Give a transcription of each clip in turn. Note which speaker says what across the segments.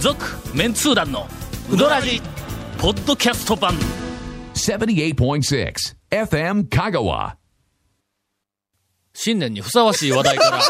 Speaker 1: 続メンツー団のウドラジポッドキャスト版
Speaker 2: 78.6 FM Kagawa.
Speaker 1: 新年にふさわしい話題から
Speaker 3: や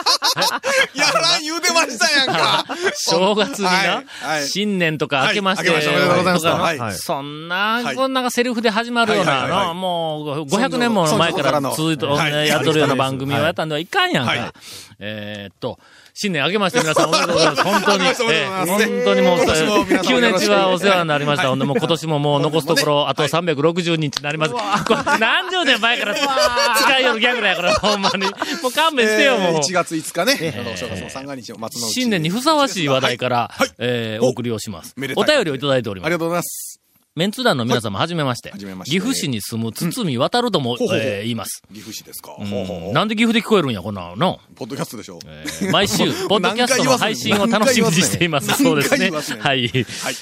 Speaker 3: らん言うてましたやんか。
Speaker 1: 正月にな、
Speaker 3: はいはい
Speaker 1: 新年とか明けまして、
Speaker 3: はい明けましておめでとうございます
Speaker 1: とかな
Speaker 3: はい
Speaker 1: そんな、
Speaker 3: はい
Speaker 1: こんなセリフで始まるような、
Speaker 3: はいはいはい
Speaker 1: のもう500年も前から続いて、
Speaker 3: はいはい
Speaker 1: やっとるような番組をやったんではいかんやんか。
Speaker 3: はい
Speaker 1: えーっと、新年明けまして皆さんおめでとうござい ます。本当に、
Speaker 3: 明けましておめでとうございます
Speaker 1: えー本当にもう、
Speaker 3: 今年も皆様
Speaker 1: 9
Speaker 3: よろ
Speaker 1: 年中
Speaker 3: しく
Speaker 1: はお世話になりました。
Speaker 3: はい
Speaker 1: ほんでもう今年ももう残すところ、あと360日になります。これ何十年前から使いよるギャグだよ、これほんまに。もう勘弁してよ、もう。
Speaker 3: 1月5日ね、あの、お正月の三が日を松の内
Speaker 1: 新年にふさわしい話題から、
Speaker 3: はい
Speaker 1: えーお送りをします。
Speaker 3: おめでた
Speaker 1: お
Speaker 3: い
Speaker 1: 便りをいただいており
Speaker 3: あ
Speaker 1: ま
Speaker 3: り
Speaker 1: す。
Speaker 3: がとうございます。
Speaker 1: メンツ団の皆様、はじめまして。
Speaker 3: はじめまして
Speaker 1: 岐阜市に住む堤渡るとも、
Speaker 3: ほうほうほう
Speaker 1: えー言います。
Speaker 3: 岐阜市ですか。ほ
Speaker 1: うん
Speaker 3: うほうほう
Speaker 1: なんで岐阜で聞こえるんや、こんなの。
Speaker 3: ポッドキャストでしょ。
Speaker 1: え ー毎週、ポッドキャストの配信を楽しみにしています。そうで
Speaker 3: 何
Speaker 1: す
Speaker 3: 回
Speaker 1: ね。
Speaker 3: 言わせね
Speaker 1: はい。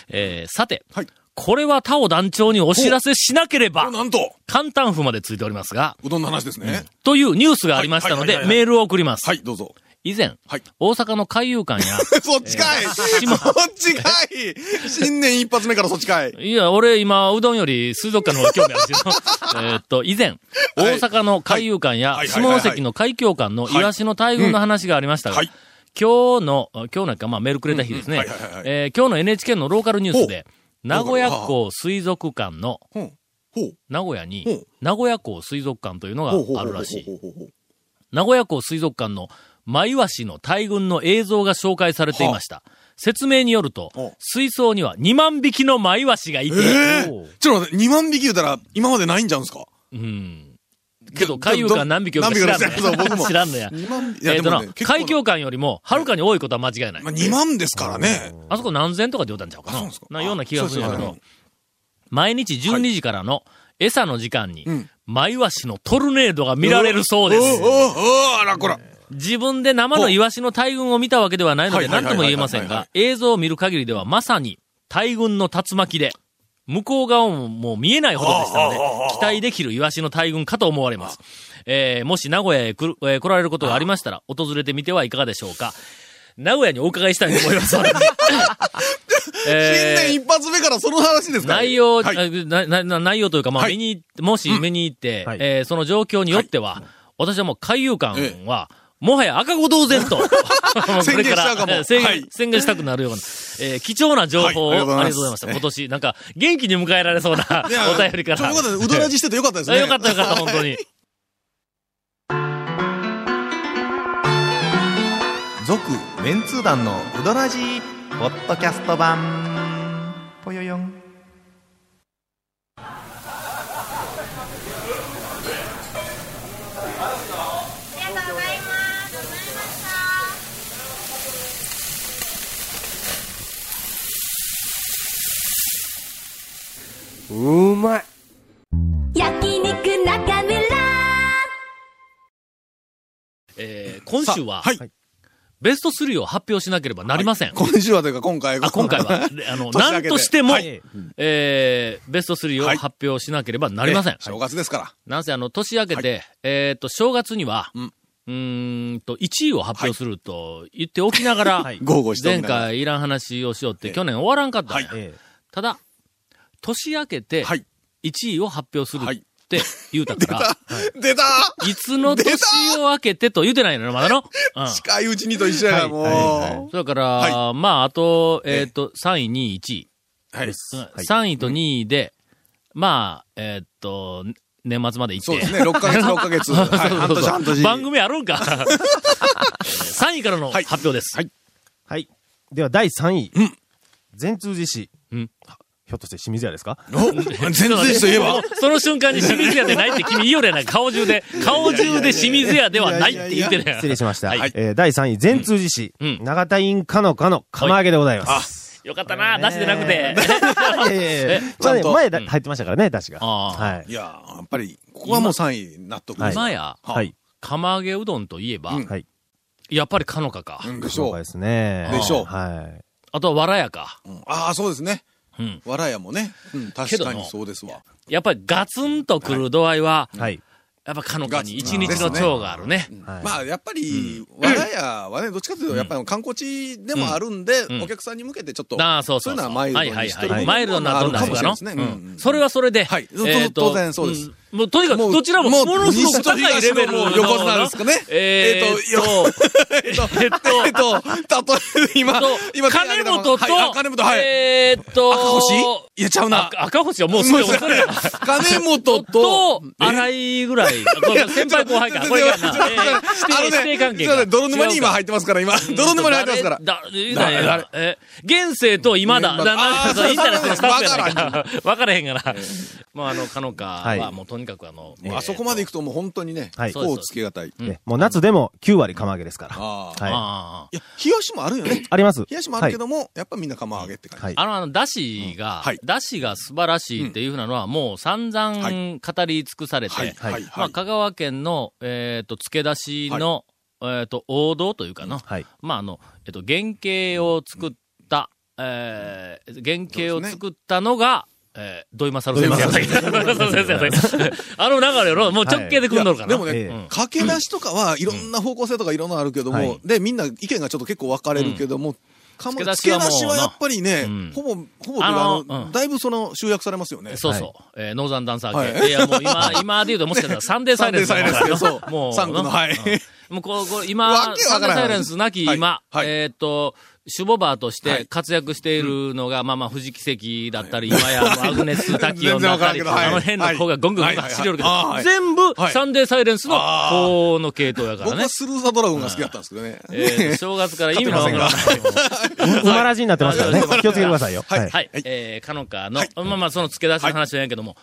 Speaker 1: えーさて、
Speaker 3: はい。
Speaker 1: これは他を団長にお知らせしなければ
Speaker 3: お、なんと、
Speaker 1: 簡単譜までついておりますが、
Speaker 3: うどんの話ですね。
Speaker 1: というニュースがありましたの
Speaker 3: はい
Speaker 1: で、
Speaker 3: はいはいはい
Speaker 1: メールを送ります。
Speaker 3: はい、どうぞ。
Speaker 1: 以前、
Speaker 3: はい
Speaker 1: 大阪の海遊館 や、
Speaker 3: そっちかい
Speaker 1: 島
Speaker 3: そっちかい新年一発目からそっ ちかい
Speaker 1: いや、俺今、うどんより水族館の方が興味あるけ ど、えーっと、以前、大阪の海遊館や
Speaker 3: はいはいはいはい
Speaker 1: 下関の海峡館のイワシの大群の話がありましたが、
Speaker 3: はい
Speaker 1: 今日の、あ今日なんか、まあメールくれた日ですね
Speaker 3: うんうんはいはいはいは、い
Speaker 1: えー今日の NHK のローカルニュースで、名
Speaker 3: ローカ
Speaker 1: 古
Speaker 3: ル
Speaker 1: 屋港水族館の、
Speaker 3: ほう。ほう。
Speaker 1: 名古屋
Speaker 3: ほ
Speaker 1: に
Speaker 3: う、
Speaker 1: 名古屋港水族館というの
Speaker 3: ほうほうほうほうほうほう。
Speaker 1: があるらしい。名古屋港水族館のマイワシの大群の映像が紹介されていました。説明によると
Speaker 3: ほう、
Speaker 1: 水槽には2万匹のマイワシがいて、
Speaker 3: ええ
Speaker 1: おう
Speaker 3: ちょっと待って、2万匹言うたら、今までないんちゃうんすか
Speaker 1: うん。けど、海遊館何匹おるか知らんの
Speaker 3: 何匹おるか知らんそう僕
Speaker 1: や。知ら
Speaker 3: も
Speaker 1: んのや。
Speaker 3: ?2 万匹。いや、
Speaker 1: えっ
Speaker 3: で
Speaker 1: と
Speaker 3: も
Speaker 1: な
Speaker 3: ね、、結構な
Speaker 1: 海峡館よりも、はるかに多いことは間違いない
Speaker 3: まあ、。2万ですからね。
Speaker 1: あそこ何千とかで言うたんちゃうか
Speaker 3: あそ
Speaker 1: な
Speaker 3: うなんですか。
Speaker 1: なような気がするんやけ
Speaker 3: あそう
Speaker 1: ど
Speaker 3: で、
Speaker 1: 毎日12時からの餌の時間に
Speaker 3: うん、
Speaker 1: マイワシのトルネードが見られるそうです
Speaker 3: お。うおうおうあらこら。
Speaker 1: 自分で生のイワシの大群を見たわけではないので
Speaker 3: はいはい
Speaker 1: 何
Speaker 3: は
Speaker 1: と
Speaker 3: いはい
Speaker 1: も言えません
Speaker 3: はいは
Speaker 1: が、映像を見る限りではまさに大群の竜巻で、向こう側ももう見えないほどでしたので、期待できるイワシの大群かと思われます。えーもし名古屋へ来るえー来られることがありましたら、訪れてみてはいかがでしょうか。名古屋にお伺いしたいと思い ます。
Speaker 3: 新
Speaker 1: えー
Speaker 3: 年一発目からその話ですか
Speaker 1: 内容、
Speaker 3: はい
Speaker 1: あななな内容というか、まあ、
Speaker 3: はい
Speaker 1: 見に、もし見に行って、
Speaker 4: はい
Speaker 1: えーその状況によっては、私はもう海遊館は、もはや赤子同然と、
Speaker 3: 宣言しちゃうかも
Speaker 1: えー宣言
Speaker 3: はい
Speaker 1: 宣言したくなるような、えー貴重な情報を、
Speaker 3: はい
Speaker 1: あ
Speaker 3: あ
Speaker 1: りがと
Speaker 3: りが
Speaker 1: う
Speaker 3: とう
Speaker 1: ご
Speaker 3: ご
Speaker 1: ざいま
Speaker 3: ざいま
Speaker 1: し
Speaker 3: す
Speaker 1: た。今年、なんか、元気に迎えられそうな
Speaker 3: いや
Speaker 1: お便りから。
Speaker 3: ちょっとよかったです。うどらじしててよかったですね。
Speaker 1: よかったよかった、本当に。
Speaker 5: 続メンツー団のウドラジーポッドキャスト版ぽよよん
Speaker 4: うまい
Speaker 6: 焼肉中村
Speaker 1: えー今
Speaker 3: さあ
Speaker 1: 週は、
Speaker 3: はい。
Speaker 1: ベスト3を発表しなければなりません。
Speaker 3: 今週はというか今回、
Speaker 1: あ今回は であの、
Speaker 3: 年明け
Speaker 1: なん
Speaker 3: で
Speaker 1: としても、
Speaker 3: はい
Speaker 1: えーベスト3を発表しなければなりません。
Speaker 3: ね正月ですから。
Speaker 1: なんせあの、年明けて、えーっと、正月には、う
Speaker 3: うん
Speaker 1: ーんと、1位を発表すると言っておきながら、
Speaker 3: 豪語してお
Speaker 1: 前
Speaker 3: きながら
Speaker 1: 回いらん話をしようって、
Speaker 3: ええ
Speaker 1: 去年終わらんかったんや、
Speaker 3: は
Speaker 4: え
Speaker 1: ただ、年明けて、
Speaker 3: はい。
Speaker 1: 1位を発表する
Speaker 3: はい
Speaker 1: って言うたから、
Speaker 3: 出た
Speaker 1: い、つの年を明けてと言うてないのよ、まだの。うん。
Speaker 3: 近いうちにと一緒やな、もう。
Speaker 4: はいはいは
Speaker 1: それから、
Speaker 3: は
Speaker 1: まあ、あと、えーっと、3位、2位、1位。
Speaker 3: はい
Speaker 1: 3位と2位で、まあ、えーっと、年末まで行って。
Speaker 3: そうですね、6ヶ月、6ヶ 月。はい半年、半年。
Speaker 1: 番組あるんか。3位からの発表です。
Speaker 3: はい
Speaker 4: はい。では、第3位。
Speaker 3: うん
Speaker 4: 善通寺市。
Speaker 1: うん
Speaker 4: ひょっとして清水屋ですか
Speaker 3: お全然といえば
Speaker 1: その瞬間に清水屋でないって君言いよるやない。顔中で。顔中で清水屋ではないって言ってるやん。
Speaker 4: 失礼しま した。
Speaker 1: は
Speaker 4: はいえー第3位、善通寺市。
Speaker 1: うん
Speaker 4: 長田院かのかの釜揚げでございます。
Speaker 1: よかったな、出しでなくて。
Speaker 4: いやいやいや
Speaker 3: ちゃんと
Speaker 4: まあね前だ入ってましたからね、出汁が。
Speaker 1: あー
Speaker 4: はい
Speaker 3: い。や、やっぱり、ここはもう3位、納得です。
Speaker 1: 今や、
Speaker 3: は
Speaker 4: はい。
Speaker 1: 釜揚げうどんといえば、
Speaker 3: うん
Speaker 4: はい。
Speaker 1: やっぱりかのかか。
Speaker 3: うんでし
Speaker 4: そう
Speaker 3: ょ
Speaker 4: ですね。
Speaker 3: でしょう
Speaker 4: はい。
Speaker 1: あとはわらやか。
Speaker 3: う。うんああ、そうですね。
Speaker 1: うん。
Speaker 3: わらやもね。うん
Speaker 1: け
Speaker 3: 確
Speaker 1: ど
Speaker 3: か
Speaker 1: の
Speaker 3: にそうですわ。
Speaker 1: やっぱりガツンとくる度合いは、
Speaker 4: はい。
Speaker 1: やっぱかのかに一日の長があるね。
Speaker 4: はい
Speaker 3: まあ、やっぱり、和田屋はね、どっちかというと、やっぱり観光地でもあるんで、
Speaker 1: ん
Speaker 3: お客さんに向けてちょっと、
Speaker 1: ああ、そうそう
Speaker 3: いうの
Speaker 1: そう。
Speaker 3: はマイルド
Speaker 1: はいはい
Speaker 3: にし
Speaker 1: は
Speaker 3: てる部
Speaker 1: い。
Speaker 3: 分
Speaker 1: マイルドになるんだ
Speaker 3: もあるかもしれ
Speaker 1: う
Speaker 3: ないですねうん
Speaker 1: ん。それはそれで。
Speaker 3: はい
Speaker 1: えーと
Speaker 3: 当然そうです。
Speaker 1: んもうとにかく
Speaker 3: もう
Speaker 1: どちらも
Speaker 3: もう
Speaker 1: ものすごく高いレベルの
Speaker 3: 西と東の横綱ですかね
Speaker 1: えー
Speaker 3: えー
Speaker 1: っと、
Speaker 3: えっと、
Speaker 1: えっと、
Speaker 3: えっと、例えば、今、今、手に挙
Speaker 1: 金
Speaker 3: げたの
Speaker 1: 本と、
Speaker 3: はいあ金本、はい。
Speaker 1: えーっと、
Speaker 3: 赤星いや、ちゃうな
Speaker 1: あ。赤星はもうすでに恐れない。
Speaker 3: 金本
Speaker 1: と
Speaker 3: と、、
Speaker 1: 荒井ぐらい。これ先輩後輩 か。これがな。
Speaker 3: ちょっと
Speaker 1: え
Speaker 3: ちょっと
Speaker 1: ー
Speaker 3: あ
Speaker 1: 指定
Speaker 3: の
Speaker 1: 指定関
Speaker 3: ね、
Speaker 1: 係
Speaker 3: ちょっとね
Speaker 1: が。
Speaker 3: 泥沼に今
Speaker 1: 違うか
Speaker 3: 入ってますから、今。 泥沼に入ってますから。
Speaker 1: だ、言うな
Speaker 3: 誰
Speaker 1: よ
Speaker 3: 誰。
Speaker 1: え、現世と今だ。
Speaker 3: う
Speaker 1: だ、
Speaker 3: んま
Speaker 1: な
Speaker 3: あ
Speaker 1: んか、インターネットのスタッフやない
Speaker 3: わからん
Speaker 1: か。 わからへんがな。まあ、あの、かのか
Speaker 4: はい
Speaker 1: は、もうとにかくあの、
Speaker 3: あそこまで行くともう本当にね、
Speaker 4: はい
Speaker 3: こうつけがたい。
Speaker 1: うん
Speaker 4: ねもう夏でも9割釜揚げですから。
Speaker 3: ああ。
Speaker 1: あ
Speaker 4: はい。
Speaker 1: あ。
Speaker 3: いや、冷やしもあるよね。
Speaker 4: あります。
Speaker 3: 冷やしもあるけども、やっぱみんな釜揚げって感じ。
Speaker 4: はい。はい。
Speaker 1: あの、あの、だしが
Speaker 3: うんはい、
Speaker 1: だしが素晴らしいっていうふうなのは、もう散
Speaker 3: は
Speaker 1: 々語り尽くされ
Speaker 3: はい、
Speaker 1: て、
Speaker 3: はい、はい。
Speaker 1: まあ、香川県の、えっと、漬け出しの、えっと、王道というかな。
Speaker 4: はい。
Speaker 1: まあ、あの、えっと、原型を作った、えー、原型を作ったのが、えー、土井勝先生やったけど土井勝先生やったけど あの流れの、もう直系で組んどるから
Speaker 3: いやでもね、
Speaker 4: ええ
Speaker 1: うん
Speaker 3: 駆け出しとかはいろんな方向性とかいろんなのあるけども、
Speaker 4: はい
Speaker 3: で、みんな意見がちょっと結構分かれるけども、かも
Speaker 1: 付け出し
Speaker 3: 付け
Speaker 1: はもう
Speaker 3: 出しはやっぱりね、
Speaker 1: うん
Speaker 3: ほぼ、ほぼというか
Speaker 1: あの
Speaker 3: あの
Speaker 1: うん
Speaker 3: だいぶその集約されますよね。
Speaker 1: そうそう。えー、ノーザンダンサー系。い、や、もう今、今で言うともしかしたらサンデーサイレンス
Speaker 3: サンデーサイレンス
Speaker 1: の方が
Speaker 3: そう
Speaker 1: もう、
Speaker 3: サンクの
Speaker 1: な
Speaker 3: はい
Speaker 1: うんもうこう、こう今
Speaker 3: わ、け
Speaker 1: サ
Speaker 3: わ
Speaker 1: ンデー
Speaker 3: からん
Speaker 1: サイレンスなき今、
Speaker 3: はいはい
Speaker 1: えーっと、シュボバーとし
Speaker 3: は
Speaker 1: て
Speaker 3: い
Speaker 1: 活躍しているのが、まあまあ、富士奇跡だったり、今や、アグネス・タキオンだったり、
Speaker 3: 全然わからんけどはい
Speaker 1: あの辺の子がゴンゴンゴンゴン走りよるけど
Speaker 3: はいはいは、い
Speaker 1: 全部
Speaker 3: は、い
Speaker 1: サンデーサイレンスの
Speaker 3: あー
Speaker 1: 方の系統やから
Speaker 3: 僕
Speaker 1: ね
Speaker 3: は。スルーザドラゴンが好きだったんですけどね。
Speaker 1: えー、正月から意味のわからない。
Speaker 4: うまらじになってますからね
Speaker 1: はい。
Speaker 4: 気をつけてくださいよ。
Speaker 3: はい
Speaker 4: はい。
Speaker 1: はい。えー、かのかの、まあまあ、その付け出しの話じゃないけども、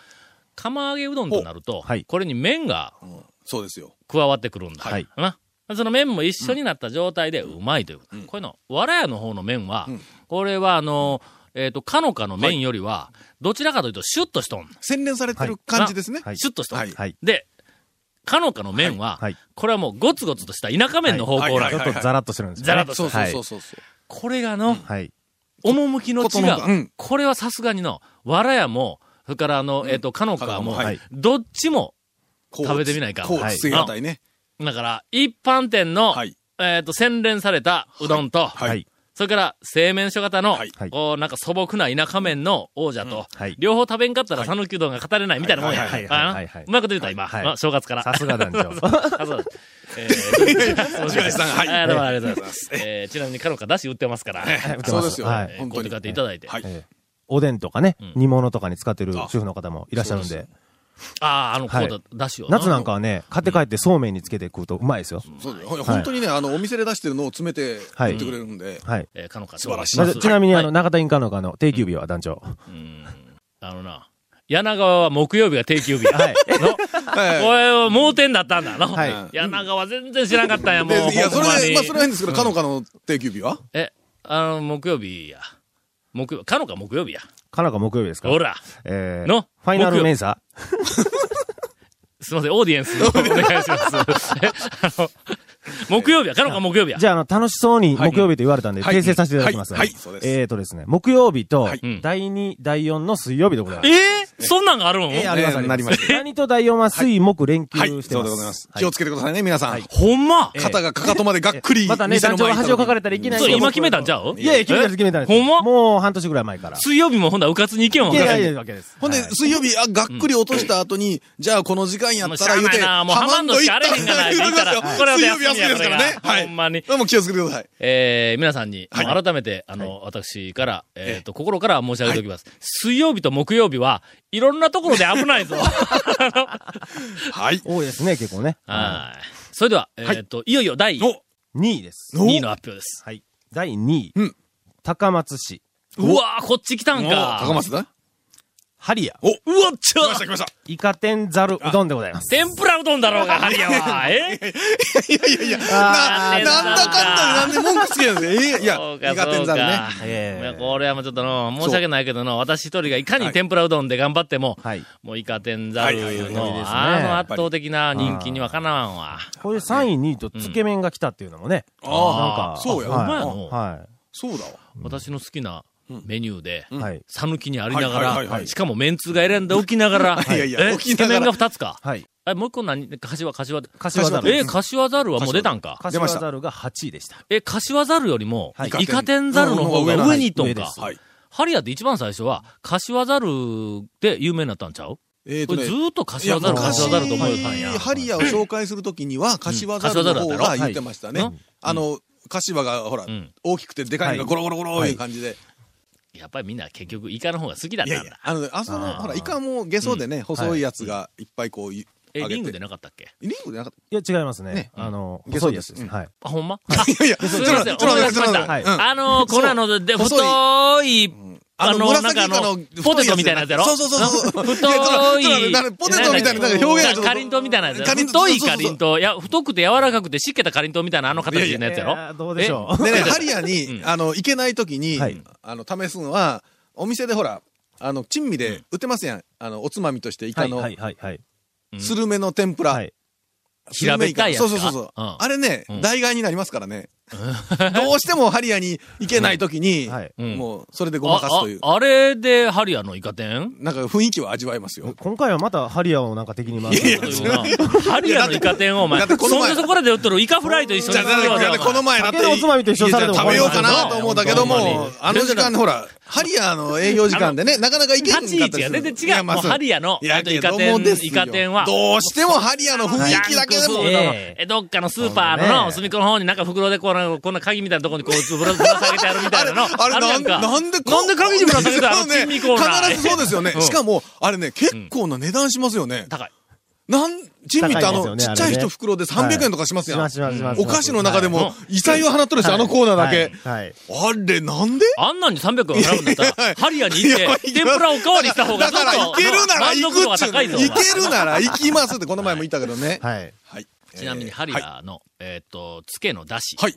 Speaker 1: 釜揚げうどんとなると、
Speaker 4: はい
Speaker 1: これに麺が
Speaker 3: うん そうですよ。
Speaker 1: 加わってくるんだ。
Speaker 4: はい
Speaker 1: なその麺も一緒になった状態でうまいということ。こういうの、わらやの方の麺は、これはあの、えっ、と、かのかの麺よりは、どちらかというとシュッとしとん。
Speaker 3: 洗練されてる感じですね。
Speaker 4: はい
Speaker 1: シュッとしとん。
Speaker 3: はい
Speaker 4: はい。
Speaker 1: で、かのかの麺は、
Speaker 4: はいはい
Speaker 1: これはもうゴツゴツとした田舎麺の方向なんだ、
Speaker 3: はいはい
Speaker 4: ちょっとザラッとしてるんですよね。
Speaker 1: ザラッと
Speaker 3: そうそうそう
Speaker 4: は
Speaker 3: そうそう。
Speaker 1: これがの、
Speaker 4: い。はい。
Speaker 1: 趣の違
Speaker 3: ことの
Speaker 1: う。
Speaker 3: ほかうん
Speaker 1: これはさすがにの、わらやも、それからあの、えっ、と、かのか
Speaker 3: かの
Speaker 1: も、
Speaker 3: かはい
Speaker 1: どっちも、
Speaker 3: こう
Speaker 1: 食べてみないか
Speaker 3: こう
Speaker 4: はい
Speaker 3: つけがたいね。
Speaker 1: だから、一般店の、
Speaker 3: はい
Speaker 1: えっ、と、洗練されたうどんと、
Speaker 4: は
Speaker 3: はいい。
Speaker 1: それから、製麺所型の、
Speaker 3: はい
Speaker 4: はい
Speaker 1: こう、なんか素朴な田舎麺の王者と、
Speaker 4: はい
Speaker 1: 両方食べんかったら讃岐うどんが語れないみたいなもんや。
Speaker 3: はい
Speaker 4: はいはいはい
Speaker 1: あ
Speaker 4: はいは
Speaker 1: な
Speaker 4: い
Speaker 1: うまいこと言うた、今。
Speaker 4: はい
Speaker 1: あ正月から。
Speaker 4: さすが団長。
Speaker 1: あ そうですえ ー
Speaker 3: 石橋さんはい
Speaker 1: あどうもありがとうございます。えーちなみに、かのかだし売ってますから、え
Speaker 4: 売って
Speaker 3: そ
Speaker 4: ま
Speaker 3: うですよ。
Speaker 4: はい。
Speaker 1: ー
Speaker 3: 本
Speaker 1: こ
Speaker 3: 当
Speaker 1: うやって買。
Speaker 3: に
Speaker 1: っていただいて。
Speaker 3: はい。
Speaker 4: えーおでんとかね
Speaker 1: ん、
Speaker 4: 煮物とかに使ってる
Speaker 3: あ
Speaker 4: 主婦の方もいらっしゃるんで、
Speaker 1: ああ、あの、こ
Speaker 4: は
Speaker 1: う
Speaker 4: い
Speaker 1: だ、だしを。
Speaker 4: 夏なんかはね、買って帰ってそうめんにつけて食うとうまいですよ。
Speaker 3: そうですよ本当にね、あの、お店で出してるのを詰めて、
Speaker 4: はい
Speaker 3: 売ってくれるん で。
Speaker 4: はい。
Speaker 1: えー、かのか
Speaker 3: 素晴らしい
Speaker 4: まずちなみに、あの、
Speaker 1: な、
Speaker 4: 中田インカノカの定休日は団長。
Speaker 1: あのな、柳川は木曜日が定休日や。
Speaker 4: はい。
Speaker 3: はい
Speaker 1: おいおい、盲点だったんだな。
Speaker 4: はい
Speaker 1: 柳川全然知らんかったんや、もう。
Speaker 3: でいや、
Speaker 1: ほ
Speaker 3: そ
Speaker 1: ん
Speaker 3: れ
Speaker 1: ま
Speaker 3: は、
Speaker 1: に
Speaker 3: まあ、それはいいんですけど、かのかの定休日は
Speaker 1: え、あの、木曜日や。木曜、かのか木曜日や。
Speaker 4: カナカ木曜日ですか
Speaker 1: ほら、
Speaker 4: えー
Speaker 1: の
Speaker 4: ファイナルメンサ
Speaker 1: すいません、オーディエンスお願いします。えあの、木曜日や、かのか木曜日や。
Speaker 4: じゃあ、あの、楽しそうに木曜日と言われたんで、
Speaker 3: はい
Speaker 4: 訂正させていただきます。
Speaker 3: はいはいそうです
Speaker 4: えーとですね、木曜日と
Speaker 3: はい、
Speaker 4: 第2、第4の水曜日でございま
Speaker 1: えー
Speaker 4: す。
Speaker 1: そんなんがあるん、
Speaker 4: えーあります
Speaker 3: えー
Speaker 4: あり
Speaker 3: な
Speaker 4: ま
Speaker 3: り
Speaker 4: す。
Speaker 3: ます
Speaker 4: 第2と第4は水、木、連休
Speaker 3: はい、
Speaker 4: し
Speaker 3: そ
Speaker 4: て
Speaker 3: う
Speaker 4: ま。
Speaker 3: ですございます。
Speaker 4: はい
Speaker 3: 気をつけてくださいね、皆さん。
Speaker 1: ほんま、
Speaker 3: 肩がかかとまでがっくり。
Speaker 4: またね、
Speaker 3: 店の
Speaker 4: 団長
Speaker 3: 前
Speaker 4: が
Speaker 3: に
Speaker 4: 恥をかかれたらいけない
Speaker 1: そう、
Speaker 4: よ
Speaker 1: 今決めたんちゃう
Speaker 4: いやいや、決めたんです、決めたんです。
Speaker 1: えほんま
Speaker 4: もう半年ぐらい前から。
Speaker 1: 水曜日もほんならうかつに意見 を
Speaker 4: い
Speaker 1: 分か
Speaker 4: や
Speaker 1: ら
Speaker 4: い
Speaker 1: へ
Speaker 4: や
Speaker 1: ん。
Speaker 4: いやわけです。
Speaker 3: ほんで、
Speaker 4: はい
Speaker 3: 水曜日、あ、がっくり落とした後に、じゃあこの時間やったら言う
Speaker 1: も
Speaker 3: て、
Speaker 1: うしゃあないなもうハマンドしかあれへんがな
Speaker 3: 言うてます
Speaker 1: 言うたら
Speaker 3: よ
Speaker 1: これは
Speaker 3: 水曜日
Speaker 1: 休み
Speaker 3: 休み
Speaker 1: や
Speaker 3: ですからね。
Speaker 1: これが
Speaker 3: は
Speaker 1: ほんまに
Speaker 3: い。どうも気をつけてください。
Speaker 1: えー、皆さんに、
Speaker 3: はい
Speaker 1: あの改めて、あの、私から、えっ、と、心から申し上げておきます。水曜日と木曜日は、いろんなところで危 ないぞ。
Speaker 3: はい。
Speaker 4: 多いですね、結構ね。
Speaker 1: はい。それでは、えっ、と、い、よいよ第2
Speaker 4: 2位です。
Speaker 1: 位の発表です。
Speaker 4: はい。第2位
Speaker 3: うん。
Speaker 4: 高松市、
Speaker 1: うわー、こっち来たん
Speaker 3: お
Speaker 1: か。
Speaker 3: 高松だ。
Speaker 4: ハリア、
Speaker 3: お、来
Speaker 1: うわっち
Speaker 3: ました
Speaker 1: ゃ
Speaker 3: 来ました。
Speaker 4: イカ天ざるうどんでございます。
Speaker 1: 天ぷらうどんだろうが、ハリアは。え
Speaker 3: いやいやいや、
Speaker 1: あ
Speaker 3: な、な
Speaker 1: ー
Speaker 3: んだかんだでなんで文句つけるんですよ。えーいや、
Speaker 1: そう
Speaker 3: 苦
Speaker 1: か
Speaker 3: 手ざる
Speaker 1: そ
Speaker 3: ね。
Speaker 1: うか
Speaker 4: ええ
Speaker 1: いやこれはもうちょっとの、申し訳ないけどの、私一人がいかに天ぷらうどんで頑張っても、
Speaker 4: はい。
Speaker 1: もうイカ天ざるの、
Speaker 3: はいはいはい
Speaker 4: いいですね
Speaker 1: あの圧倒的な人気にはかなわんわ。
Speaker 4: こういう3位、2位とつけ麺が来たっていうのもね。
Speaker 3: あ
Speaker 4: なんか。
Speaker 3: そうや
Speaker 4: は
Speaker 1: ほ
Speaker 4: い
Speaker 1: んまやの
Speaker 4: はい。
Speaker 3: そうだわ。
Speaker 1: 私の好きな、メニューで、
Speaker 4: はい。
Speaker 1: 讃岐にありながら、
Speaker 3: はいはいはいはい
Speaker 1: しかもメンツが選んでおきながら、
Speaker 3: いやいや
Speaker 1: え
Speaker 3: 置き
Speaker 1: つけ
Speaker 3: ながら
Speaker 1: 麺が2つか。
Speaker 4: はい。
Speaker 1: え、もう一個何柏、柏で。
Speaker 4: 柏ざ
Speaker 3: 柏
Speaker 4: る。
Speaker 1: え、柏ざるはもう出たんか。
Speaker 3: 出
Speaker 4: 柏
Speaker 3: ました
Speaker 4: ざるが8位でした。
Speaker 1: え、柏ざるよりも、
Speaker 4: はい
Speaker 1: イカ天ざるの方が上にいっとんか。
Speaker 3: はい。
Speaker 1: ハリアって一番最初は、柏ざるで有名になったんちゃう
Speaker 3: えー
Speaker 1: こ
Speaker 3: と
Speaker 1: れず
Speaker 3: ね
Speaker 1: ーっと
Speaker 3: い
Speaker 1: 柏
Speaker 3: や
Speaker 1: ざる、
Speaker 3: 昔
Speaker 1: 柏ざると思えたんや。
Speaker 3: ハリアを紹介するときには、柏ざるの方が言ってましたね。
Speaker 1: うん
Speaker 3: あの、柏がほら、
Speaker 1: ん
Speaker 3: 大きくてでかいのがゴロゴロゴロいう感じで。
Speaker 1: やっぱりみんな結局イカの方が好きだっ
Speaker 3: い
Speaker 1: た
Speaker 3: や
Speaker 1: ん
Speaker 3: いや
Speaker 1: だ。、
Speaker 3: あのね、あそこの、
Speaker 1: あー
Speaker 3: ほら、イカもゲソでね、細いやつがいっぱいこう、い
Speaker 1: え、
Speaker 3: あげて
Speaker 1: リングでなかったっけ
Speaker 3: リングでなかっ
Speaker 4: いや、違いますね
Speaker 3: ね。
Speaker 4: あの、
Speaker 3: ゲソ
Speaker 4: 細い
Speaker 3: で
Speaker 4: や
Speaker 3: す
Speaker 4: つです。はい。
Speaker 1: あ、ほんま
Speaker 3: た。いやいや、
Speaker 1: す
Speaker 3: ちょ
Speaker 1: い
Speaker 3: っと
Speaker 1: ま
Speaker 3: 待
Speaker 1: せ
Speaker 3: っ
Speaker 1: ん、
Speaker 3: て、ちょ
Speaker 1: 思
Speaker 3: っ
Speaker 1: い
Speaker 3: と待
Speaker 1: 出
Speaker 3: って、
Speaker 1: し
Speaker 3: ちょ
Speaker 1: ま
Speaker 3: っと
Speaker 1: し。
Speaker 3: 待ったて。
Speaker 1: はい
Speaker 3: うん
Speaker 1: あの、粉ので、太
Speaker 3: 細い
Speaker 1: い、あ
Speaker 3: あの
Speaker 1: の、なんかあの
Speaker 3: 紫の、
Speaker 1: ポテトみたいなやつやろ
Speaker 3: そうそうそうそう
Speaker 1: な
Speaker 3: いやちょっと
Speaker 1: 太
Speaker 3: ちょっと待っ
Speaker 1: い
Speaker 3: てなんかポテトみたいななんか表現がちょっと
Speaker 1: かりんとうみたいなやつやろ
Speaker 3: かりんとう
Speaker 1: 太い
Speaker 3: そう
Speaker 1: か
Speaker 3: そうそう
Speaker 1: りんとう。いや、太くて柔らかくて湿気たかりんとうみたいなあの形のやつや
Speaker 4: いや
Speaker 1: ろ
Speaker 4: どうでしょう。
Speaker 3: で ね、ハ
Speaker 1: リ
Speaker 3: リアに、
Speaker 1: うん
Speaker 3: あの、行けないときに、
Speaker 4: はい
Speaker 3: あの、試すのは、お店でほら、あの、珍味で売ってますやん。あの、おつまみとしてイ
Speaker 4: は
Speaker 3: カ
Speaker 4: い、
Speaker 3: の
Speaker 4: は、い、はい、はい。
Speaker 3: スルメの天ぷら。
Speaker 4: はい。
Speaker 3: スルメ
Speaker 1: 平べっ
Speaker 3: イカ
Speaker 1: たいやつか
Speaker 3: そうそうそうそう。
Speaker 1: うん
Speaker 3: あれね
Speaker 1: うん、
Speaker 3: 代替になりますか らね。どうしてもハリアに行けないときに、
Speaker 4: はい
Speaker 1: うん
Speaker 3: もう、それでごまかす
Speaker 1: あ
Speaker 3: という、。
Speaker 1: ああれで、ハリアのイカ天
Speaker 3: なんか雰囲気を味わえますよ。
Speaker 4: 今回はまたハリアをなんか敵に回
Speaker 3: いやい
Speaker 4: す
Speaker 3: や。
Speaker 1: ハリアのイカ天をお前、
Speaker 3: だってこの
Speaker 1: そん
Speaker 3: 前
Speaker 1: でそこらで売ってるイカフライと一緒に
Speaker 3: じゃあ、
Speaker 1: するわ
Speaker 3: だ
Speaker 1: け
Speaker 3: ってこの前だって、
Speaker 4: 酒のおつまみと一緒にされても
Speaker 3: 食べようか
Speaker 1: 困る
Speaker 3: な
Speaker 1: から
Speaker 3: と思うんだけども、あの時間、ほら、ハリアの営業時間でね、なかなか行けなかっ
Speaker 1: 立
Speaker 3: た
Speaker 1: ち位置が全然違う。もうハリアの、あとイカ天、イカ天は。
Speaker 3: どうしてもハリアの雰囲気だけでも、
Speaker 1: ええどっかのスーパーの
Speaker 4: そう
Speaker 1: の、
Speaker 4: ね
Speaker 1: 隅っこの方になんか袋でこうなんか、こんな鍵みたいなとこにこう、ぶらぶら下げてあるみたいなの。
Speaker 3: あれ、
Speaker 1: るや
Speaker 3: なん
Speaker 1: か
Speaker 3: なんで
Speaker 1: なんで鍵にぶら下げてある
Speaker 3: ね
Speaker 1: 珍味コーナー。
Speaker 3: 必ずそうですよね。
Speaker 1: ん
Speaker 3: しかも、あれね、結構な値段しますよね。
Speaker 1: 高い。
Speaker 3: なん、珍味ってあ
Speaker 4: 高
Speaker 3: の、
Speaker 4: いです
Speaker 3: ち
Speaker 4: よね
Speaker 3: っちゃい
Speaker 4: あれ
Speaker 3: 一
Speaker 4: ね
Speaker 3: 袋で300円とかします
Speaker 4: し
Speaker 3: やん
Speaker 4: ま。すしますします。
Speaker 3: お菓子の中で
Speaker 4: はい、
Speaker 3: も、異彩を放っとるし、
Speaker 4: はい
Speaker 3: あのコーナーだけ。
Speaker 4: はい。はい
Speaker 3: あれ、なんで
Speaker 1: あんなんに300円払うんだったら、ハリアに行って、天ぷらおかわりした方が
Speaker 3: だから、
Speaker 1: ちょっと
Speaker 3: 行けるなら
Speaker 1: 満
Speaker 3: 行
Speaker 1: 足度
Speaker 3: く
Speaker 1: が
Speaker 3: っちゅう
Speaker 1: 高いぞ。お前
Speaker 3: 行けるなら行きますって、この前も言ったけどね。
Speaker 4: はい。
Speaker 3: はい。
Speaker 1: ちなみに、ハリ
Speaker 3: はい。
Speaker 1: アの、えーっと、つけのだし。
Speaker 3: はい。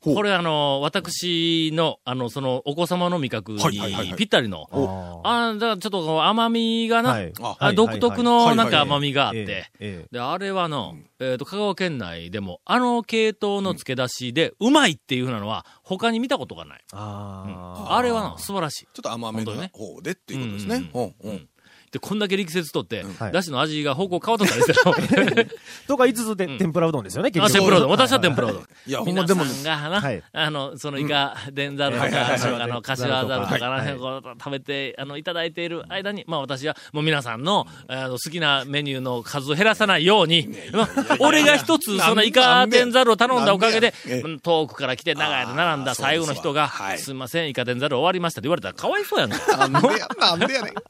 Speaker 3: ほう
Speaker 1: これあの、私の、あの、その、お子様の味覚
Speaker 3: はいはいはいは
Speaker 1: に
Speaker 3: い
Speaker 1: ぴったりの、
Speaker 4: お
Speaker 1: あーだからちょっとこう甘みがな、
Speaker 4: はい
Speaker 3: あ
Speaker 1: あ独特のなんか甘みがあっ
Speaker 4: え
Speaker 1: て、
Speaker 4: えええ
Speaker 1: で、あれはの、えっ、と、香川県内でも、あの系統の漬け出しで、うまいっていうふうなのは、他に見たことがない。
Speaker 4: あー
Speaker 1: あれはの、素晴らしい。
Speaker 3: ちょっと甘めの
Speaker 1: 本当ね
Speaker 3: 方でっていうことですね。うんうん
Speaker 1: で、こんだけ力説とって、
Speaker 4: はい
Speaker 1: だしの味が方向変わっとったんですよ。
Speaker 4: とか言いつつで、天ぷらうどんですよね、結
Speaker 1: あ、
Speaker 4: 局。
Speaker 1: テンプロうどん。私はテンプロうどん。
Speaker 3: いや、ほん
Speaker 1: 皆
Speaker 3: まで
Speaker 1: さ
Speaker 3: も、
Speaker 1: んがな、
Speaker 4: はい
Speaker 1: あの、そのイカ、デンザルと
Speaker 3: はいはい
Speaker 1: か、
Speaker 3: はい
Speaker 1: あの、柏ザルとか、
Speaker 4: はい
Speaker 1: あの辺をこう食べて、あの、いただいている間に、まあ私は、もう皆さんの、あの、好きなメニューの数を減らさないように、まあ俺が一つ、そのイカデンザルを頼んだおかげで
Speaker 3: なんでや、
Speaker 1: うん遠くから来て長い間並んだ
Speaker 3: あーそうで
Speaker 1: 最
Speaker 3: す
Speaker 1: 後
Speaker 3: わ
Speaker 1: の人が、
Speaker 3: はい
Speaker 1: すいません、イカデンザル終わりましたって言われたらかわいそうやんか。
Speaker 3: なんでや、なんでやねん。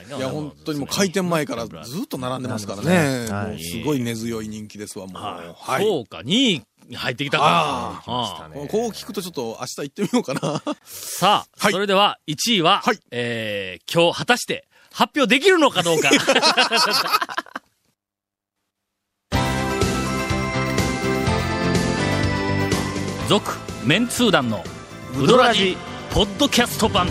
Speaker 3: いや、
Speaker 1: もう
Speaker 3: 本当にもう開店前からずっと並んでますからね。
Speaker 4: はい
Speaker 3: もうすごい根強い人気ですわ、もう。はい。
Speaker 1: そうか、2位入ってきたか
Speaker 3: あ。
Speaker 1: ああ
Speaker 3: こうこう聞くとちょっと明日行ってみようかな。
Speaker 1: さあ、
Speaker 3: はい
Speaker 1: それでは1位は、
Speaker 3: はい
Speaker 1: えー、今日果たして発表できるのかどうか。 続、メンツー団のウドラジポッドキャスト版。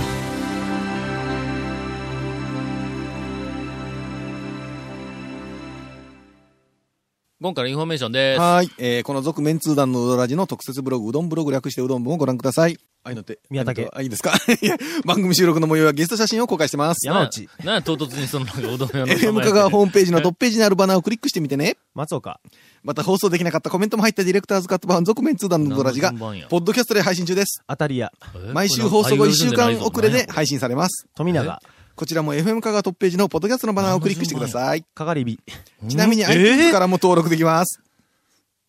Speaker 1: 今回のインフォメーションです。
Speaker 3: はい。えー、この続面通談のうどらじの特設ブログ、うどんブログ略してうどん部をご覧ください。愛の手。
Speaker 4: 宮武
Speaker 3: あ、いいですか いや番組収録の模様やゲスト写真を公開してます。
Speaker 4: 山内、
Speaker 1: なな唐突にその、なんかうどん屋の名前
Speaker 3: FM 香川ホームページのトップページにあるバナーをクリックしてみてね。
Speaker 4: 松岡。
Speaker 3: また放送できなかったコメントも入ったディレクターズカット版続面通談のうどらじが、
Speaker 1: 何
Speaker 3: ポ
Speaker 1: の順番や
Speaker 3: ッドキャストで配信中です。
Speaker 4: 当たり屋、
Speaker 3: 毎週放送後1週間遅れで
Speaker 1: は
Speaker 3: 配信されます。
Speaker 4: 富永、
Speaker 3: こちらも FM 香川トップページのポッドキャストのバナーをクリックしてください。
Speaker 4: かがり火。
Speaker 3: ちなみに iTunes からも登録でき ます。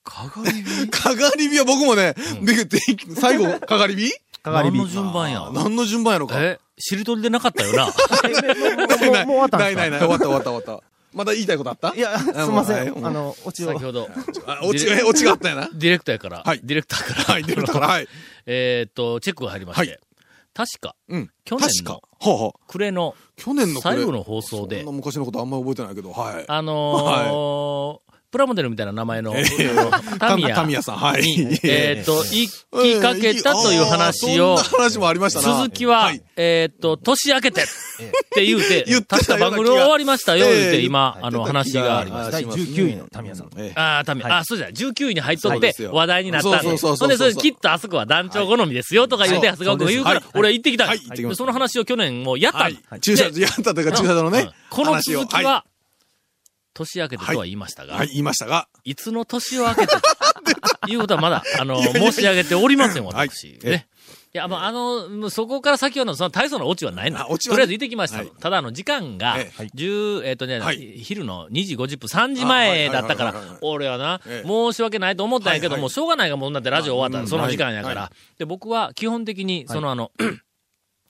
Speaker 1: か がり火
Speaker 3: かがり火は僕も ね、でで最後、かがり火
Speaker 4: かがり火。
Speaker 1: 何の順番や
Speaker 3: 何の順番やろか。
Speaker 1: えしりとりでなかったよ な。
Speaker 4: もうもう終わったん
Speaker 3: な
Speaker 4: で
Speaker 3: い
Speaker 4: すか
Speaker 3: ないない、終わった終わった終わった。まだ言いたいことあった
Speaker 4: いや、すみません。あ
Speaker 3: あの、
Speaker 4: の、オチを
Speaker 1: 先。ほど、
Speaker 3: あ落ち、え落ちがあったやな。
Speaker 1: ディレクターから、
Speaker 3: はい
Speaker 1: ディレクターから、
Speaker 3: はい、出るから、はい。
Speaker 1: えーっと、チェックが入りまして、
Speaker 3: は
Speaker 1: 確か、
Speaker 3: うん。
Speaker 1: 去年
Speaker 3: 確か。
Speaker 1: の
Speaker 3: はあ、はあ、
Speaker 1: 暮れの、
Speaker 3: 去年のこれ
Speaker 1: 最後の放送で
Speaker 3: そんな昔のことあんまり覚えてないけど、はい。
Speaker 1: あのープラモデルみたいな名前の、あのタミ
Speaker 3: タミ
Speaker 1: ヤ
Speaker 3: ヤ。タミヤさん、はい。
Speaker 1: えーっと、一気かけたという話を
Speaker 3: あー、そんな話もありましたな。
Speaker 1: 鈴木は、
Speaker 3: い
Speaker 1: えーっと、年明けてって言うて、
Speaker 3: 言ってた
Speaker 1: 確か番組終わりましたよ、
Speaker 3: ええ
Speaker 1: 言うて、今、あの、
Speaker 3: 言っ
Speaker 1: 話
Speaker 3: てた気が
Speaker 1: があります。
Speaker 3: はい
Speaker 4: 第19位のタミヤさん。
Speaker 3: ええ
Speaker 1: ああ、ため、あ、そうじゃない、19位に入っと
Speaker 3: そう
Speaker 1: って
Speaker 3: ですよ
Speaker 1: 話題になったんで。
Speaker 3: そうそうそう
Speaker 1: ほ
Speaker 3: そう
Speaker 1: んで、それきっとあそこは団長好みですよとか言って、
Speaker 3: は
Speaker 1: 長谷川君が言うから
Speaker 3: そうで、す
Speaker 1: 俺は行ってきたん
Speaker 3: はい
Speaker 1: で
Speaker 3: はい行ってきます
Speaker 1: その話を去年もうやったんで
Speaker 3: はい。駐車場、やったというか駐車場の
Speaker 1: うん
Speaker 3: ね。
Speaker 1: この
Speaker 3: 話を
Speaker 1: 続きは、年明けてとは言いました
Speaker 3: い
Speaker 1: が
Speaker 3: はい、、言いましたが。
Speaker 1: いつの年を明けて、いうことはまだ、あの、申し上げておりません、
Speaker 3: はい
Speaker 1: 私。
Speaker 3: ええ
Speaker 1: ね。いや、まあ、あの、もうそこから先はの、その大層なオチはないの。
Speaker 3: あオチ
Speaker 1: と
Speaker 3: は
Speaker 1: りあえず行ってきました。
Speaker 3: はい
Speaker 1: ただ、あの、時間が
Speaker 3: ええは、
Speaker 1: 十、えっとね
Speaker 3: はい、
Speaker 1: 昼の2時50分、3時前だったか
Speaker 3: あはいはいはいはい
Speaker 1: ら
Speaker 3: はい、
Speaker 1: 俺はな
Speaker 3: え、え
Speaker 1: 申し訳ないと思ったんやけ
Speaker 3: はい
Speaker 1: ど、
Speaker 3: はい
Speaker 1: もうしょうがないがもうだってラジオ終わったら、その時間やか
Speaker 3: は
Speaker 1: ら。で、僕は基本的に、そのあの、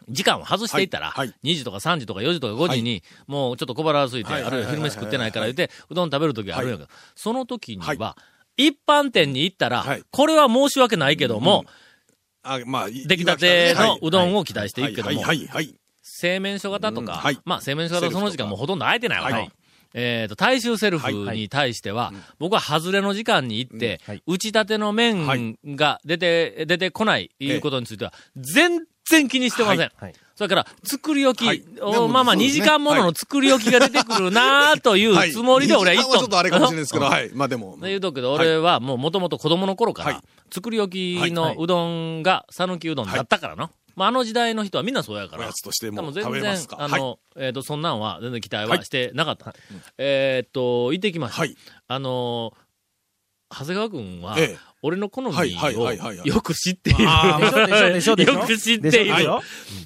Speaker 1: 時間を外していったら、
Speaker 3: はいは
Speaker 1: 2時とか3時とか4時とか5時に、もうちょっと小腹が空いて、
Speaker 3: はい
Speaker 1: あるいは昼飯食ってないから言って、うどん食べるときあるんやけど、その時には、
Speaker 3: は
Speaker 1: 一般店に行ったら、
Speaker 3: はい
Speaker 1: これは申し訳ないけども、
Speaker 3: あ、まあ、い
Speaker 1: 出来たてのうどん
Speaker 3: を
Speaker 1: を期待していくけども
Speaker 3: は、い、はい、
Speaker 1: 製麺所型とか、
Speaker 3: うんはい
Speaker 1: まあ製麺所型その時間もうほとんど空いてないわな。
Speaker 3: はい
Speaker 1: いえっ、と、大衆セルフに対しては、僕は外れの時間に行って、
Speaker 4: うんはい
Speaker 1: 打ち立ての
Speaker 3: は
Speaker 1: 麺が出て、出てこないいうことについては、全然気にしてません。
Speaker 4: はい。
Speaker 1: それから、作り置き、
Speaker 3: はい
Speaker 1: お
Speaker 3: でも
Speaker 1: まあまあ
Speaker 3: そう
Speaker 1: 2
Speaker 3: ですね
Speaker 1: 時間ものの作り置きが出てくるなあとい
Speaker 3: は
Speaker 1: う
Speaker 3: い。
Speaker 1: つもりで俺は
Speaker 3: 一
Speaker 1: 行っ
Speaker 3: はち
Speaker 1: と
Speaker 3: ょ
Speaker 1: ん
Speaker 3: っとあれかもしれないですけど、はい。まあでも。
Speaker 1: で言うとくけど、俺はもうもともと子供の頃から、
Speaker 3: はい
Speaker 1: 作り置き
Speaker 4: は
Speaker 1: の
Speaker 4: いう
Speaker 1: どんが讃岐うどんだったからな。まあ、あの時代の人はみんなそうやか
Speaker 3: お
Speaker 1: ら
Speaker 3: や。つとして
Speaker 1: でも
Speaker 3: も
Speaker 1: 全
Speaker 3: 食べ
Speaker 1: 然
Speaker 3: ます、か。
Speaker 1: あ
Speaker 3: はい。
Speaker 1: の、えっ、と、そんなんは全然期待
Speaker 3: は
Speaker 1: はいしてなかった。えーっと、行ってきました。
Speaker 3: はい。
Speaker 1: あのー長谷川君は、
Speaker 3: ええ
Speaker 1: 俺の好み
Speaker 3: はいはいはいはいは
Speaker 1: を
Speaker 3: い
Speaker 1: よく知っている。
Speaker 3: あ
Speaker 4: でしょでしょでしょでしょ
Speaker 1: よく知っている
Speaker 4: でしょでしょ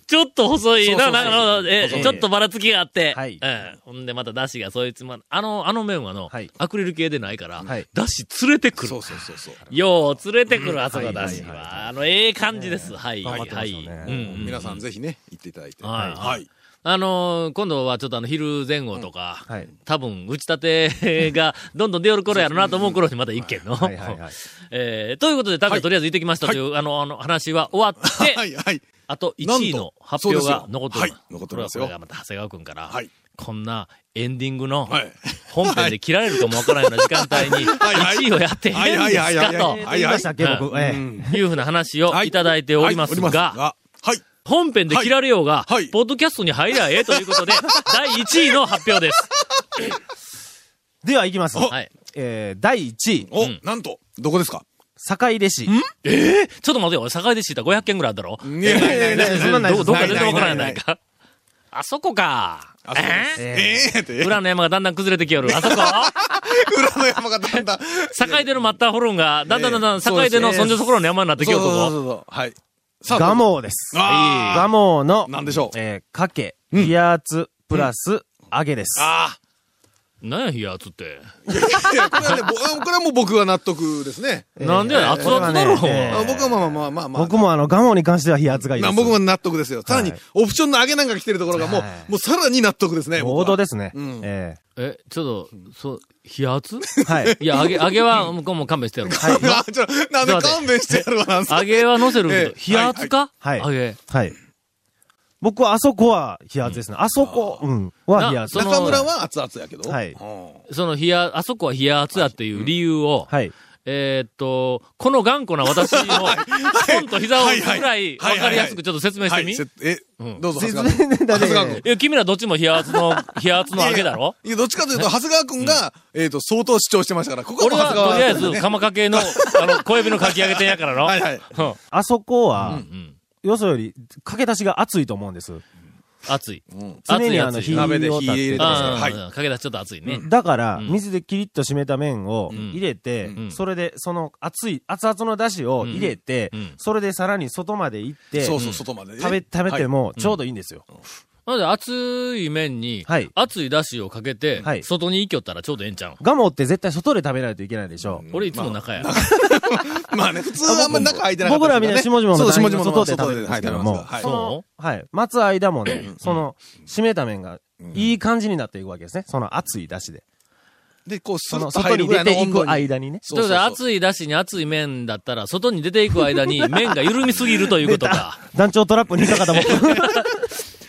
Speaker 1: ちょっと細いな、
Speaker 3: そうそう
Speaker 1: な
Speaker 3: そう
Speaker 1: ななえ
Speaker 4: 細い
Speaker 1: ちょっとばらつきがあって、
Speaker 4: はい
Speaker 1: うんほんでまた出汁がそういうつま、あの、あの麺はの、
Speaker 4: はい
Speaker 1: アクリル系でないから、
Speaker 4: はい
Speaker 1: 出汁連れてくる
Speaker 3: そ。うそうそうそう。
Speaker 1: よう連れてくる、あそこ出汁
Speaker 4: はいはいはい
Speaker 1: は。あの、ええ感じです。はい、はい、
Speaker 4: 頑張って
Speaker 1: は
Speaker 4: ま
Speaker 1: い。
Speaker 4: すよね
Speaker 1: うんうん
Speaker 3: 皆さんぜひね、行っていただいて。
Speaker 1: はい
Speaker 3: はい。
Speaker 1: あのー今度はちょっとあの、昼前後とか、
Speaker 4: はい。
Speaker 1: 多分、打ち立てがどんどん出よる頃やろなと思う頃にまた行けんの。
Speaker 4: はいはいはい。
Speaker 1: えーということで、たぶ
Speaker 3: は
Speaker 1: ん
Speaker 3: い
Speaker 1: とりあえず行ってきましたという、あの、あの話は終わって、
Speaker 3: はい、はい。
Speaker 1: あと
Speaker 3: なんと
Speaker 1: 1位の発表が残ってる。
Speaker 3: そうですよはい残ってますよ
Speaker 1: これはこれがまた長谷川くんから、
Speaker 3: はい
Speaker 1: こんなエンディングの
Speaker 3: はい
Speaker 1: 本編で切られるかもわからないような時間帯に
Speaker 3: はいはい
Speaker 1: 1位をやって
Speaker 3: はい
Speaker 1: 変
Speaker 3: はいはい
Speaker 1: です
Speaker 3: はい
Speaker 1: か
Speaker 3: はい
Speaker 4: 言いましたっけ、僕。ええ。
Speaker 1: というふうな話をいただいておりますが、
Speaker 3: はい。
Speaker 1: 本編で切られようが
Speaker 3: はいはい、
Speaker 1: ポッドキャストに入りゃええということで、第1位の発表です。
Speaker 4: では行きます。
Speaker 3: お
Speaker 1: はい。
Speaker 4: えー、第1位、
Speaker 3: お
Speaker 1: ん、
Speaker 3: なんと、どこですか
Speaker 4: 坂出市。
Speaker 1: ちょっと待てよ、堺で知ったら500件ぐらいあったろ
Speaker 3: いやいやいや
Speaker 4: そんなんないで
Speaker 1: ど
Speaker 4: す
Speaker 1: どっか全然わからんや
Speaker 3: な
Speaker 1: ない
Speaker 3: ないな
Speaker 1: い
Speaker 3: い
Speaker 1: か。あそこか。
Speaker 3: あそこです
Speaker 1: え
Speaker 3: ええって、
Speaker 1: ー裏の山がだんだん崩れてきよる。あそこ
Speaker 3: 裏の山がだんだん。
Speaker 1: 境出のマッターホルンが、だんだんだんだん
Speaker 3: そう
Speaker 1: 境
Speaker 3: です
Speaker 1: 出のそんじょそこらの山になってきよる、こ
Speaker 3: そ
Speaker 1: こ。
Speaker 3: うそうそう。はい。さ
Speaker 4: ガモです。
Speaker 3: あー
Speaker 4: ガモの、
Speaker 3: なんでしょう
Speaker 4: えー、かけ、リアーツ、プラス、揚げです。
Speaker 3: あ
Speaker 1: なんや、冷圧って。
Speaker 3: あ。いやこれはね、ぼこれはもう僕は納得ですね。
Speaker 4: えー
Speaker 1: なんでや熱々だろ
Speaker 4: これはねえ
Speaker 3: あ
Speaker 4: ー
Speaker 3: 僕はまあまあまあまあ。
Speaker 4: 僕もあの、ガモに関しては、ア圧がいいで
Speaker 3: な
Speaker 4: す。
Speaker 3: 僕も納得ですよ。さらに
Speaker 4: はい、
Speaker 3: オプションの上げなんか来てるところがもう、
Speaker 4: はい
Speaker 3: もうさらに納得ですね。僕は
Speaker 4: 王道 ですね。
Speaker 3: うん
Speaker 4: え
Speaker 1: え、ちょっと、そう、冷圧
Speaker 4: えはい。
Speaker 1: いや、揚げ、揚げは、向こうも勘弁してやろう。
Speaker 3: あちょ、なんで勘弁してやるわ、なんすか
Speaker 1: 揚げは乗せるけ
Speaker 3: え
Speaker 1: ど、
Speaker 3: え
Speaker 1: 冷圧か
Speaker 4: はい
Speaker 1: 揚
Speaker 4: はい
Speaker 1: げ。
Speaker 4: はい。僕は、あそこは、冷圧ですね。あそこ、うん、は冷圧
Speaker 1: な。その
Speaker 3: 中村は熱々やけど。
Speaker 4: はい
Speaker 3: うん
Speaker 1: その冷や、あそこは冷圧やっていう理由を、
Speaker 4: はい。
Speaker 1: えーっと、この頑固な私の、ポンと膝を打つくらい分かりやすくちょっと説明してみ、
Speaker 3: はい、せえ、
Speaker 1: うん
Speaker 3: どうぞ、長谷川君。
Speaker 4: 説明だね
Speaker 3: 長谷川君。
Speaker 1: いや、君らどっちも冷圧の、冷圧の揚げだろ
Speaker 3: いや、どっちかというと、長谷川くんが、えっと、相当主張してましたから、ここ
Speaker 1: 俺
Speaker 3: は長
Speaker 1: は
Speaker 3: 谷川
Speaker 1: とりあえ
Speaker 3: 君
Speaker 1: ず、
Speaker 3: ね
Speaker 1: 釜かけの、あの、小指のかき揚げ店やからの。
Speaker 3: はいはい。
Speaker 1: うん
Speaker 4: あそこは、
Speaker 1: うん。
Speaker 4: よそより、かけ出しが熱いと思うんです。
Speaker 1: 熱い。
Speaker 4: 常
Speaker 1: 熱い
Speaker 4: にあ
Speaker 1: 熱
Speaker 4: の、
Speaker 1: い。
Speaker 4: 火
Speaker 3: 鍋で
Speaker 4: を
Speaker 3: 火入
Speaker 4: 立
Speaker 3: れ
Speaker 4: て
Speaker 3: てますから
Speaker 1: うん
Speaker 3: はい
Speaker 1: うんかけ出しちょっと熱いね。
Speaker 4: だから、
Speaker 1: うん
Speaker 4: 水でキリッと締めた麺を
Speaker 1: ん
Speaker 4: 入れて、
Speaker 1: ん
Speaker 4: それで、その熱い、熱々の出汁を入れて、
Speaker 1: うんうん
Speaker 4: それでさらに外まで行って、
Speaker 3: そうそう、外までね。
Speaker 4: 食べ、食べてもちょうどいいんですよ。
Speaker 1: なので、熱い麺に
Speaker 4: はい、
Speaker 1: 熱い出汁をかけて
Speaker 4: は、い
Speaker 1: 外に行きよったらちょうどええんちゃうん。
Speaker 4: ガモって絶対外で食べないといけないでしょ。
Speaker 1: 俺いつも中や。
Speaker 3: はい。まあね、普通はあんまり中空いてなかった
Speaker 4: 僕らはみんな
Speaker 3: です
Speaker 4: 下
Speaker 3: よね
Speaker 4: 々
Speaker 3: そ
Speaker 4: の
Speaker 3: う
Speaker 4: 大
Speaker 3: 下
Speaker 4: 学の
Speaker 3: 々の
Speaker 4: 外で食べるんです
Speaker 3: はい
Speaker 4: けど
Speaker 3: 食べ
Speaker 4: も、
Speaker 3: ますからはい
Speaker 4: その
Speaker 1: そ、
Speaker 4: はい、待つ間もね、その、締めた麺が、いい感じになっていくわけですね。その熱い出汁で。
Speaker 3: で、こう、ス
Speaker 4: そ
Speaker 3: ッ
Speaker 4: の、
Speaker 3: と入
Speaker 4: 外
Speaker 3: る
Speaker 4: に
Speaker 3: ぐら
Speaker 4: 出
Speaker 3: いの
Speaker 4: てい
Speaker 3: 温度
Speaker 4: く
Speaker 3: に。
Speaker 4: 間にね。
Speaker 1: ということで、熱い出汁に熱い麺だったら、外に出ていく間に麺が緩みすぎるということか。
Speaker 4: 団長トラップにいたかと思った。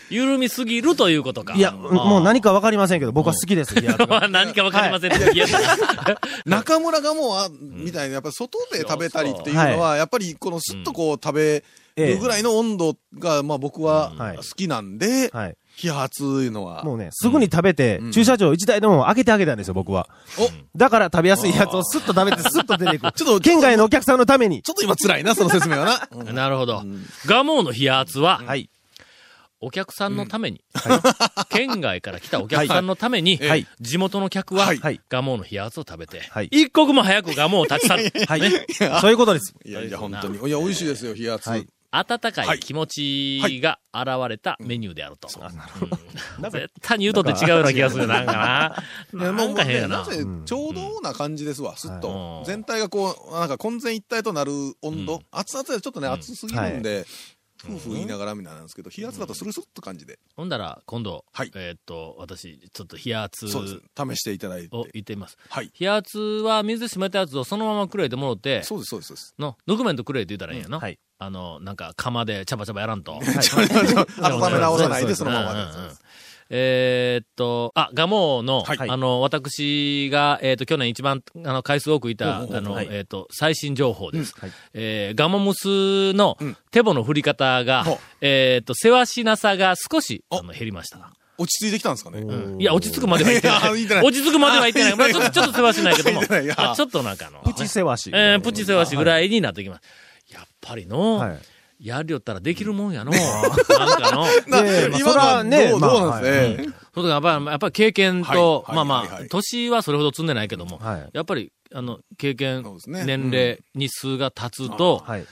Speaker 1: 緩みすぎるということか。
Speaker 4: いや、
Speaker 1: あー
Speaker 4: もう何かわかりませんけど、僕は好きです、ギアとか。
Speaker 1: 何かわ かりませんけど、ギアとか
Speaker 3: 中村がもう、あ、みたいな、やっぱり外で食べたりっていうのは、やっぱりこのすっとこう食べるぐらいの温度が、まあ僕は
Speaker 4: はい
Speaker 3: 好きなんで、
Speaker 4: はい。
Speaker 3: 揮発いうのは。
Speaker 4: もうね、すぐに食べて、駐車場一台でも開けてあげたんですよ、僕は。
Speaker 3: お
Speaker 4: だから食べやすいやつをスッと食べて、スッと出ていく。
Speaker 3: ちょっと
Speaker 4: 県外のお客さんのために。
Speaker 3: ちょっと今辛いな、その説明はな。うん
Speaker 1: なるほど。ガモーの冷圧は、
Speaker 4: はい。
Speaker 1: お客さんのために、県外から来たお客さんのために、
Speaker 4: はいはい
Speaker 1: 地元の客は、
Speaker 3: はい
Speaker 1: ガモーの冷圧を食べて、
Speaker 4: はい
Speaker 1: 一刻も早くガモーを立ち去る。
Speaker 4: はい。そういうことです。
Speaker 3: いやいや、本当に。いや、美味しいですよ、冷圧。
Speaker 4: はい
Speaker 1: 温か
Speaker 3: はいい
Speaker 1: 気持ちが現れたメニューであると。
Speaker 4: な
Speaker 1: 絶対に言うとって違うような気がする。なんかな。
Speaker 3: ね
Speaker 1: なんか変や
Speaker 3: も
Speaker 1: な
Speaker 3: う。ねなぜちょうどな感じですわ、すっ
Speaker 1: は
Speaker 3: と
Speaker 1: い。
Speaker 3: 全体がこう、なんか混然一体となる温度。熱々でちょっとね、熱すぎるんで、夫婦言いながらみたいなんですけど、冷圧だとスルスルっと感じで、
Speaker 1: ほんだら、今度、
Speaker 3: はい
Speaker 1: えーっと、私、ちょっと冷圧
Speaker 3: そうです。試していただいて。
Speaker 1: を言ってみます。
Speaker 3: はい。
Speaker 1: 冷圧は水で締めたやつをそのままくれてもろって、
Speaker 3: そうです、そうですそうです。
Speaker 1: の、ぬくめんとくれって言ったらいいんやな。
Speaker 4: はい。
Speaker 1: あの、なんか、釜でちゃばちゃばやらん と。
Speaker 3: 温め直さないで、そのま
Speaker 1: うんうんう
Speaker 3: ま
Speaker 1: んえーっと、あ、ガモーの、
Speaker 3: はい
Speaker 1: あの、私が、えーっと、去年一番、あの、回数多くいた、あ
Speaker 3: おうおうおう
Speaker 1: の、
Speaker 4: はい
Speaker 1: えーっと、最新情報です。
Speaker 4: うんはい
Speaker 1: えーガモムスの
Speaker 3: うん
Speaker 1: 手棒の振り方が、
Speaker 3: ほう
Speaker 1: えーっと、せわしなさが少し、
Speaker 3: お
Speaker 1: あの、減りました。
Speaker 3: 落ち着いてきたんですかね。
Speaker 1: いや、落ち着くまではいってない。
Speaker 3: いやいいんじゃない
Speaker 1: 落ち着くまではいって ない。
Speaker 3: あ
Speaker 1: まあ、ちょっと、ちょっとせわしないけども
Speaker 3: いいんじゃないいや。
Speaker 1: まあちょっとなんかあの、
Speaker 4: プチせわし。
Speaker 1: えープチせわしぐらいになってきます。やっぱりの、
Speaker 4: はい。
Speaker 1: やりよったらできるもんやの、なんかの、
Speaker 3: な
Speaker 4: でまあ
Speaker 3: 今のは
Speaker 4: それはね
Speaker 3: どう
Speaker 4: まあ
Speaker 3: どうなんですね。
Speaker 1: そうだからやっぱり、やっぱり経験と、
Speaker 3: はい
Speaker 1: まあ
Speaker 3: はい
Speaker 1: ま
Speaker 3: はい
Speaker 1: あ
Speaker 3: は、い
Speaker 1: 年はそれほど積んでないけども、
Speaker 4: はい
Speaker 1: やっぱり、あの、経験、
Speaker 3: そうですね
Speaker 1: 年齢、日数が経つと、
Speaker 4: はい。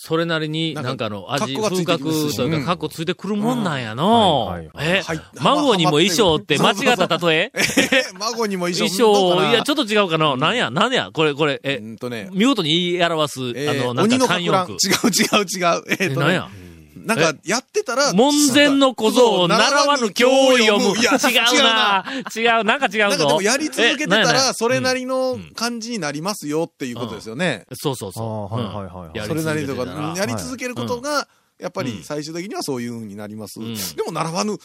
Speaker 1: それなりになんかあの、味、
Speaker 3: 格好
Speaker 1: 風
Speaker 3: がついてきま
Speaker 1: 格
Speaker 3: すし
Speaker 1: という
Speaker 3: う
Speaker 1: か、
Speaker 3: ん
Speaker 1: カッコついてくるもんなんやの
Speaker 4: うんはい。はい
Speaker 1: え
Speaker 3: はい、
Speaker 1: 孫にも衣装って間違った例え
Speaker 3: 孫にも
Speaker 1: 衣
Speaker 3: 衣装。
Speaker 1: 装、いや、ち
Speaker 3: ょ
Speaker 1: ょっと違うかな。なんや、なんや、これ、これ、え
Speaker 3: う、んとね、
Speaker 1: 見事に言い表す、
Speaker 3: え
Speaker 1: あ
Speaker 3: ー
Speaker 1: の、なんか、慣
Speaker 3: 鬼
Speaker 1: 用
Speaker 3: の
Speaker 1: 句。
Speaker 3: 博覧違う違う違う。え
Speaker 1: え、
Speaker 3: ーと
Speaker 1: なん
Speaker 3: ね
Speaker 1: や。
Speaker 3: なんか、やってたら、
Speaker 1: 門前の小僧を習わぬ教を読む。
Speaker 3: いや
Speaker 1: 違う。な。違う、なんか違
Speaker 3: な
Speaker 1: うぞ。
Speaker 3: んかでもやり続けてた
Speaker 1: えなんやなんや
Speaker 3: ら、それなりの感じになりますよっていうことですよね。
Speaker 1: そうそうそう。
Speaker 4: あーはいはいはいはい
Speaker 1: うん
Speaker 3: それなりと
Speaker 1: や続けてた
Speaker 3: か、やり続けることが、やっぱり最終的にはそういう風になります。
Speaker 1: ん
Speaker 3: でも習わぬ、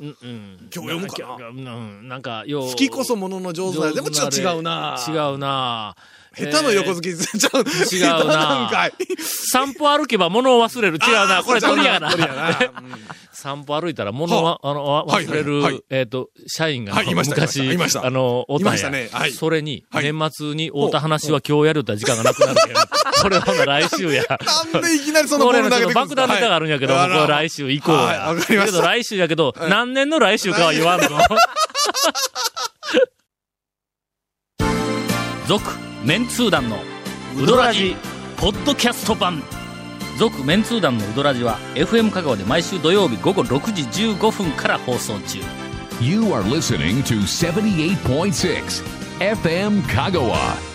Speaker 1: うんうん。
Speaker 3: 今日読むか
Speaker 1: な。うん、なんか、よう。
Speaker 3: 好きこそものの上手なりでもちょっと違うな。
Speaker 1: 違うな。
Speaker 3: 下手の横付きずれちゃう。
Speaker 1: 違うな
Speaker 3: 下手 なんかい。
Speaker 1: 散歩歩けば物を忘れる。違うな。これ鳥やな。 散歩歩いたら物は、あの、わ
Speaker 3: はい
Speaker 1: 忘れ
Speaker 3: はいはい
Speaker 1: る、えっと、社員が
Speaker 3: はいいました
Speaker 1: 昔
Speaker 3: いましたいまし、た
Speaker 1: あの、おったん
Speaker 3: いましたねは
Speaker 1: や。
Speaker 3: い
Speaker 1: それに、
Speaker 3: はい
Speaker 1: 年末に会うた話は今日やるった時間がなくなるけど、これほな来週や。
Speaker 3: なんでいきなりそのボ
Speaker 1: こ
Speaker 3: ー
Speaker 1: れ
Speaker 3: ル
Speaker 1: の
Speaker 3: 投
Speaker 1: ちょ
Speaker 3: げて
Speaker 1: っ
Speaker 3: く
Speaker 1: と
Speaker 3: る
Speaker 1: 爆
Speaker 3: んですか
Speaker 1: 弾ネタがあるんやけど、
Speaker 3: はい
Speaker 1: 僕は来週行こうや。
Speaker 3: はいわかりました
Speaker 1: けど来週やけど、何年の来週かは言わんぞ。 続、メンツー団の、ウドラジ、ポッドキャスト版。続、メンツー団のウドラジは、FM 香川で毎週土曜日午後6時15分から放送中。
Speaker 2: You are listening to 78.6 FM Kagawa.